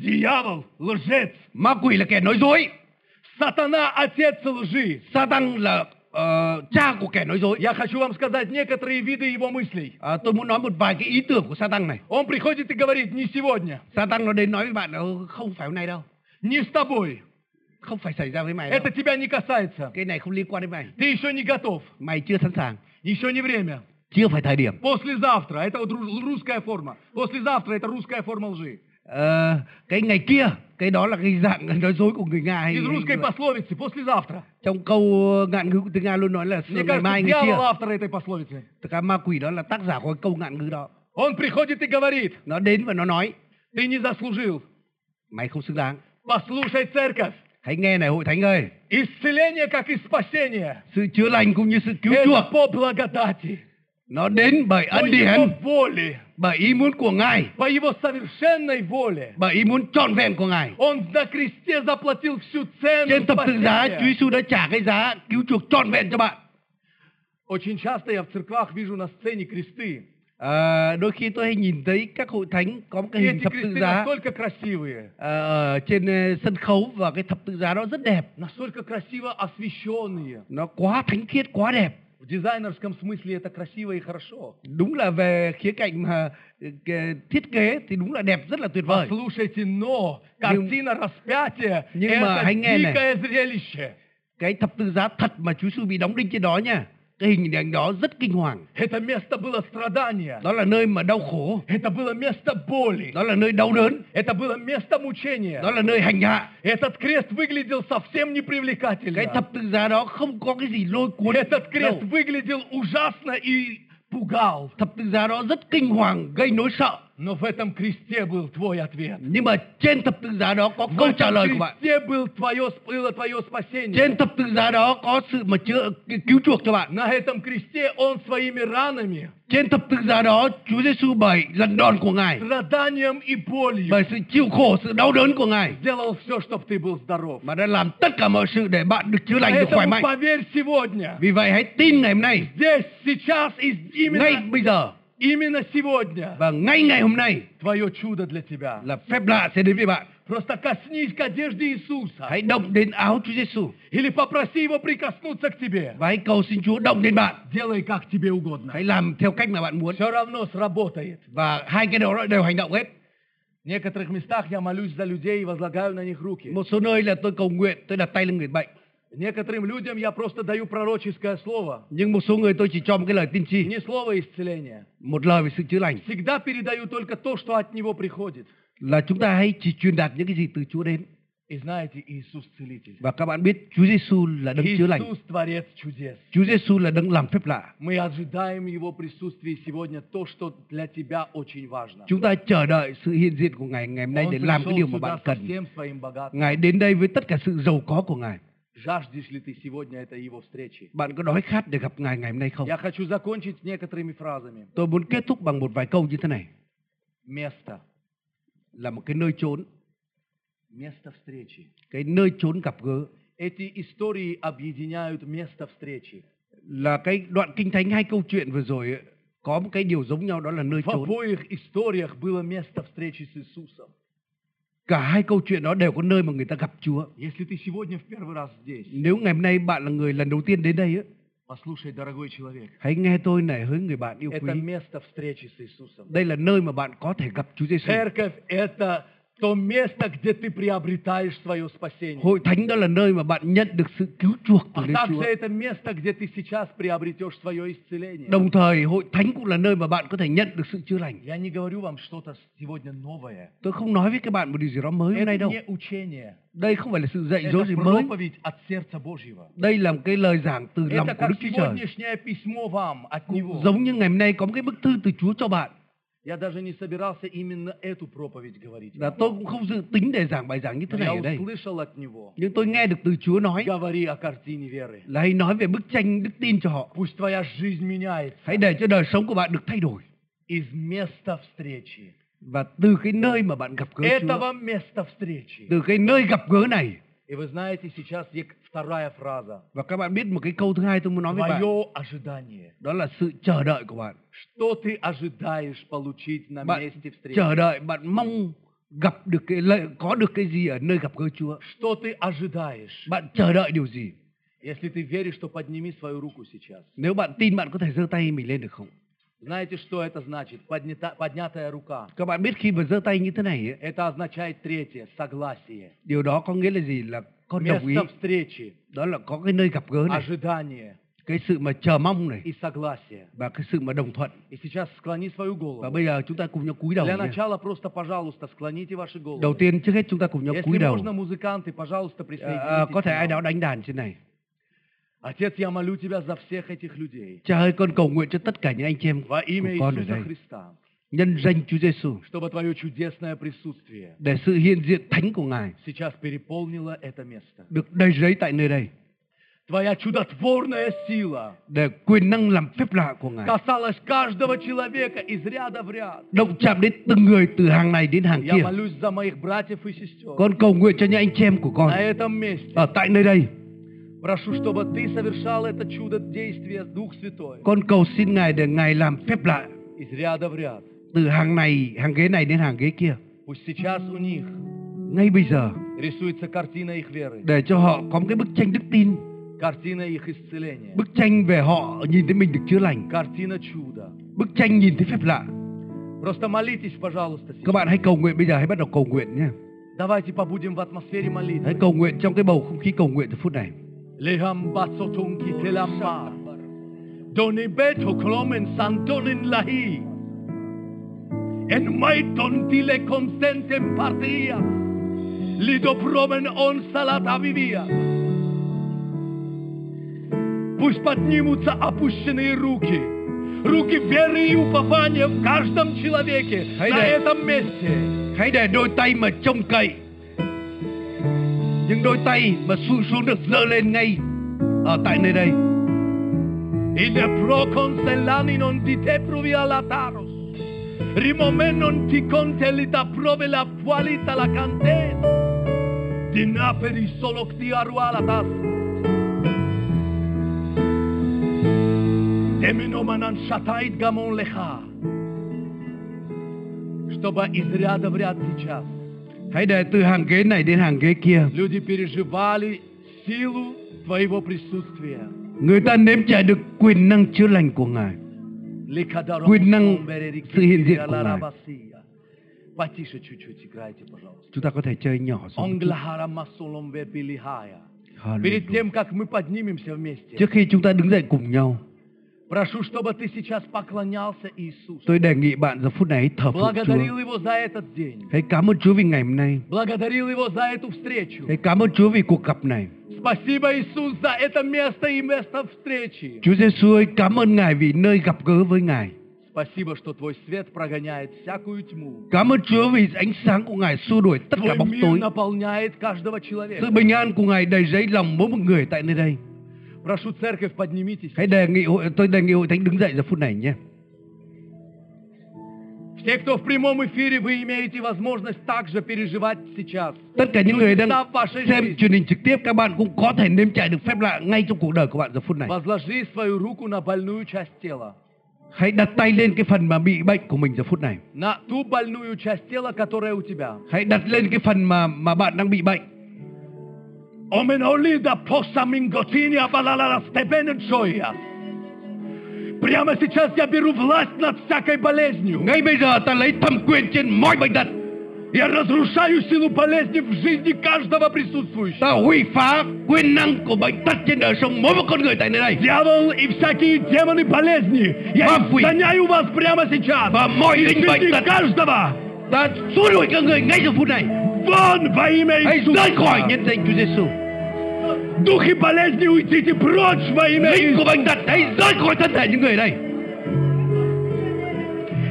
Дьявол, лжец, Ma quỷ là kẻ nói dối. сатана, отец лжи. Satan là ờ, cha của kẻ nói dối. Я хочу вам сказать некоторые виды его мыслей. À, tôi muốn nói một vài cái ý tưởng của Satan này. Он приходит и говорит, не сегодня, Satan nó đến nói với bạn là "Ô, không phải hôm nay đâu. не с тобой, Không phải xảy ra với mày đâu. это тебя не касается, Cái này không liên quan đến mày. ты еще не готов, Mày chưa sẵn sàng. еще не время. Chưa phải thời điểm. Послезавтра, это вот ру- русская форма, послезавтра это русская форма лжи. Ờ, cái ngày kia, cái đó là cái dạng [LAUGHS] nói dối của người Nga hay, Из hay русской như vậy. пословицы, послезавтра. Trong câu ờ, ngạn ngữ của tiếng Nga luôn nói là Мне ngày mai кажется, ngày kia. дьявол автор этой пословицы. Thực ra ma quỷ đó là tác giả của cái câu ngạn ngữ đó. Он приходит и говорит, Nó đến và nó nói ты не заслужил. mày không xứng đáng. Послушай, церковь, Hãy nghe này hội thánh ơi, исцеление, как и спасение, sự chữa lành cũng như sự cứu это chuộc по благодати, nó đến bởi по ân điển, Его воле, bởi ý muốn của Ngài, по Его совершенной воле. bởi ý muốn trọn vẹn của Ngài. Он на кресте заплатил всю цену Trên thập tự giá, Chúa спасения. Giêsu đã trả cái giá cứu chuộc trọn vẹn cho bạn. Очень часто я в церквах вижу на сцене кресты. À, đôi khi tôi hay nhìn thấy các hội thánh có một И cái hình эти thập tự кресты giá настолько красивые, ờ, ở trên ờ, sân khấu và cái thập tự giá đó rất đẹp. настолько красиво освещенные. Nó quá thánh khiết, quá đẹp. В дизайнерском смысле это красиво и хорошо. Đúng là về khía cạnh mà ờ, cái thiết kế thì đúng là đẹp rất là tuyệt vời. Послушайте, но картина распятия – не ма, это hãy nghe này. дикое зрелище. cái thập tự giá thật mà Chúa Giêsu bị đóng đinh trên đó nha. Cái hình ảnh đó rất kinh hoàng. Это место было страдания. Đó là nơi mà đau khổ, Это было место боли. đó là nơi đau đớn, Это было место мучения. đó là nơi hành hạ. Этот крест выглядел совсем Cái непривлекательно. thập tự giá đó không có cái gì lôi cuốn. Этот крест đâu. выглядел ужасно и пугал. Thập tự giá đó rất kinh hoàng, gây nỗi sợ. Но в этом кресте был твой ответ. Nhưng mà trên thập tự giá đó có В câu trả lời этом của bạn. кресте был твое, было Trên твое спасение. thập tự giá đó có sự mà chữa cứu chuộc cho bạn. На этом кресте он своими ранами, Trên thập tự giá đó Chúa Giêsu bởi lần đòn của Ngài, страданием и болью bởi sự chịu khổ, sự đau đớn của Ngài сделал все, чтобы ты был здоров. mà đã làm tất cả mọi sự để bạn được chữa lành, được khỏe Поэтому mạnh. поверь сегодня, Vì vậy hãy tin ngày hôm nay здесь, сейчас, и ngay именно, bây giờ именно сегодня và ngay ngày hôm nay твое чудо для тебя. là phép lạ sẽ đến với bạn. Просто коснись к одежде Иисуса. Hãy động đến áo Chúa Giêsu Или попроси Его прикоснуться к тебе. và hãy cầu xin Chúa động đến bạn. Делай, как тебе угодно. Hãy làm theo cách mà bạn muốn Все равно сработает. và hai cái đó đều hành động hết. В некоторых местах я молюсь за людей и возлагаю на них руки. Một số nơi là tôi cầu nguyện, tôi đặt tay lên người bệnh. Некоторым людям я просто даю пророческое слово. Nhưng một số người tôi chỉ cho một cái lời tiên tri, Не слово исцеления. một lời về sự chữa lành Всегда передаю только то, что от Него приходит. là chúng ta hãy chỉ truyền đạt những cái gì từ Chúa đến. И знаете, Иисус целитель. Và các bạn biết Chúa Giêsu là đấng chữa lành. Иисус Творец чудес. Chúa Giêsu là đấng làm phép lạ. Мы ожидаем Его присутствия сегодня то, что для тебя очень важно. Chúng ta chờ đợi sự hiện diện của Ngài ngày hôm nay Он để làm cái пришел điều mà сюда bạn со cần. всем своим богатством. Ngài đến đây với tất cả sự giàu có của Ngài. Жаждешь ли ты сегодня этой Его встречи? Bạn có đói khát để gặp Ngài ngày hôm nay không? Я хочу закончить некоторыми фразами. Tôi muốn kết thúc bằng một vài câu như thế này. Место. Là một cái nơi trốn, Место встречи. cái nơi trốn gặp gỡ. Эти истории объединяют место встречи. Là cái đoạn kinh thánh hai câu chuyện vừa rồi ấy, có một cái điều giống nhau đó là nơi В trốn. обоих историях было место встречи с Иисусом. Cả hai câu chuyện đó đều có nơi mà người ta gặp Chúa. Если ты сегодня в первый раз здесь, Nếu ngày hôm nay bạn là người lần đầu tiên đến đây ấy, послушай, дорогой человек, hãy nghe tôi này hỡi người bạn yêu quý. это место встречи с Иисусом. Đây là nơi mà bạn có thể gặp Chúa Giêsu. Церковь – это то место, где ты приобретаешь свое спасение. Hội thánh đó là nơi mà bạn nhận được sự cứu chuộc từ А Đức Chúa. также это место, где ты сейчас приобретешь свое исцеление. Đồng thời hội thánh cũng là nơi mà bạn có thể nhận được sự chữa lành. Я не говорю вам что-то сегодня новое. Tôi không nói với các bạn một điều gì đó mới hôm Это nay đâu. не учение. Đây không phải là sự dạy Это dỗ gì mới. проповедь от сердца Божьего. Đây là một cái lời giảng từ lòng Это của Đức как Chúa Trời. сегодняшнее письмо вам от Cũng Него. giống như ngày hôm nay có một cái bức thư từ Chúa cho bạn. Я даже не собирался именно эту проповедь говорить. Là tôi cũng không dự tính để giảng bài giảng như thế Но я này ở đây. услышал от него. Nhưng tôi nghe được từ Chúa nói Говори о картине веры. là hãy nói về bức tranh đức tin cho họ. Пусть твоя жизнь меняется Hãy để cho đời sống của bạn được thay đổi. из места встречи. Và từ cái nơi mà bạn gặp gỡ Chúa, Этого места встречи. từ cái nơi gặp gỡ này, И вы знаете, сейчас есть вторая фраза. và các bạn biết một cái câu thứ hai tôi muốn nói với bạn, Твое ожидание. đó là sự chờ đợi của bạn. Что ты ожидаешь получить на Bạn месте chờ встречи? đợi, bạn mong gặp được cái lợi- có được cái gì ở nơi gặp gỡ Chúa. Что ты ожидаешь? Bạn chờ đợi điều gì? Если ты веришь, то подними свою руку сейчас. Nếu bạn tin bạn có thể giơ tay mình lên được không? Знаете, что это значит? Поднята- поднятая рука. Các bạn biết khi mà giơ tay như thế này ấy, Это означает третье – согласие. điều đó có nghĩa là gì? Là À, con đồng ý. Место встречи, Đó là có cái nơi gặp gỡ này, ожидание cái sự mà chờ mong này и согласие. và cái sự mà đồng thuận. И сейчас склони свою Và голову. bây giờ chúng ta cùng nhau cúi đầu. Для nha. начала просто, пожалуйста, склоните ваши головы. Đầu tiên trước hết chúng ta cùng nhau Если cúi đầu. можно, музыканты, пожалуйста, Ờ, ờ, присоединитесь. có thể к ai нам. đó đánh đàn trên này. Отец, я молю Тебя за всех этих людей. Cha ơi con cầu nguyện cho tất cả những anh chị em của Во имя con ở Иисуса đây. Христа, Nhân danh Chúa Giêsu чтобы Твое чудесное присутствие để sự hiện diện thánh của Ngài сейчас переполнило это место. được đầy rẫy tại nơi đây Твоя чудотворная сила để quyền năng làm phép lạ của Ngài касалась каждого человека из ряда в ряд. động chạm đến từng người từ hàng này đến hàng Я kia. молюсь за моих братьев и сестер. Con cầu nguyện cho những anh chị em của con На этом месте ở tại nơi đây. прошу, чтобы ты совершал это чудо действия Дух Святой Con cầu xin Ngài để Ngài làm phép lạ из ряда в ряд. từ hàng này, hàng ghế này đến hàng ghế kia. Пусть сейчас у них Ngay bây giờ рисуется картина их веры, để cho họ có một cái bức tranh đức tin, картина их исцеления, bức tranh về họ nhìn thấy mình được chữa lành, картина чуда. bức tranh nhìn thấy phép lạ. Просто молитесь, пожалуйста, Các сейчас. bạn hãy cầu nguyện bây giờ, hãy bắt đầu cầu nguyện nhé. Давайте побудем в атмосфере Hãy молитвы. cầu nguyện trong cái bầu không khí cầu nguyện giờ phút này. Легамба сотунки теламба. Дони бето кломен сан донен лахи. En maiton dile consenten partia. Lido promen он салата вивия. Пусть поднимутся опущенные руки. Руки веры и упования в каждом человеке Hãy на để- этом месте. Hãy để đôi tay mà trông cậy những đôi tay mà xuống xuống được dơ lên ngay ở tại nơi đây. In pro conselani non ti te provi alla taros. Rimome non ti conteli da prove la qualità la cante. Di naperi solo ti aruala tas. Temino manan шатает гамон леха. Чтобы из ряда в ряд сейчас Hãy để từ hàng ghế này đến hàng ghế kia люди переживали силу твоего присутствия. Người ta nếm trải được quyền năng chữa lành của Ngài Quyền năng sự hiện diện của Ngài. Потише чуть-чуть играйте, пожалуйста. Chúng ta có thể chơi nhỏ xuống một chút. Онглахара масолом вепилихая. Перед Hallelujah. тем, как мы поднимемся вместе, Trước khi chúng ta đứng dậy cùng nhau прошу, чтобы ты сейчас поклонялся Иисусу. Tôi đề nghị bạn giờ phút này hãy thờ phượng Благодарил Chúa Его за этот день. Hãy cảm ơn Chúa vì ngày hôm nay Благодарил Его за эту встречу. Hãy cảm ơn Chúa vì cuộc gặp này Спасибо, Иисус, за это место и место встречи. Chúa Giêsu ơi cảm ơn Ngài vì nơi gặp gỡ với Ngài Спасибо, что Твой свет прогоняет всякую тьму. Cảm ơn Chúa vì ánh sáng của Ngài xua đuổi tất cả Твой bóng мир tối наполняет каждого человека. Sự bình an của Ngài đầy rẫy lòng mỗi một người tại nơi đây Прошу, церковь, поднимитесь. Hãy đề nghị hội, tôi đề nghị hội thánh đứng dậy giờ phút này nhé Все, кто в прямом эфире, вы имеете возможность также переживать сейчас. Tất cả những người đang Чудеса в вашей xem жизни. truyền hình trực tiếp các bạn cũng có thể nếm trải được phép lạ ngay trong cuộc đời của bạn giờ phút này. Возложи свою руку на больную часть тела. Hãy đặt tay lên cái phần mà bị bệnh của mình giờ phút này. На ту больную часть тела, которая у тебя. Hãy đặt lên cái phần mà mà bạn đang bị bệnh. Omen olida posa mingotini abalala стебене джоя. Прямо сейчас я беру власть над всякой болезнью. Ngay bây giờ ta lấy thẩm quyền trên mọi bệnh tật. Я разрушаю силу болезни в жизни каждого присутствующего. Ta hủy phá quyền năng của bệnh tật trên đời sống mỗi một con người tại nơi này. Дьявол и всякие демоны болезни, я Бабуй. изгоняю вас прямо сейчас. Và mọi Из linh bệnh жизни tật каждого. ta xua đuổi các người ngay giờ phút này. Вон во имя Hãy rời khỏi Иисуса! nhân danh Chúa Giêsu. Духи болезни, уйдите прочь во имя Linh của bệnh Иисуса! tật hãy rời khỏi thân thể những người này.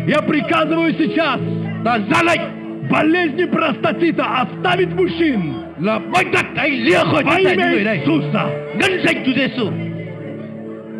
Я приказываю сейчас ta ra lệnh болезни простатита оставить мужчин là bệnh tật hãy lìa khỏi во tất cả những имя người này Иисуса. ngân danh Chúa Giêsu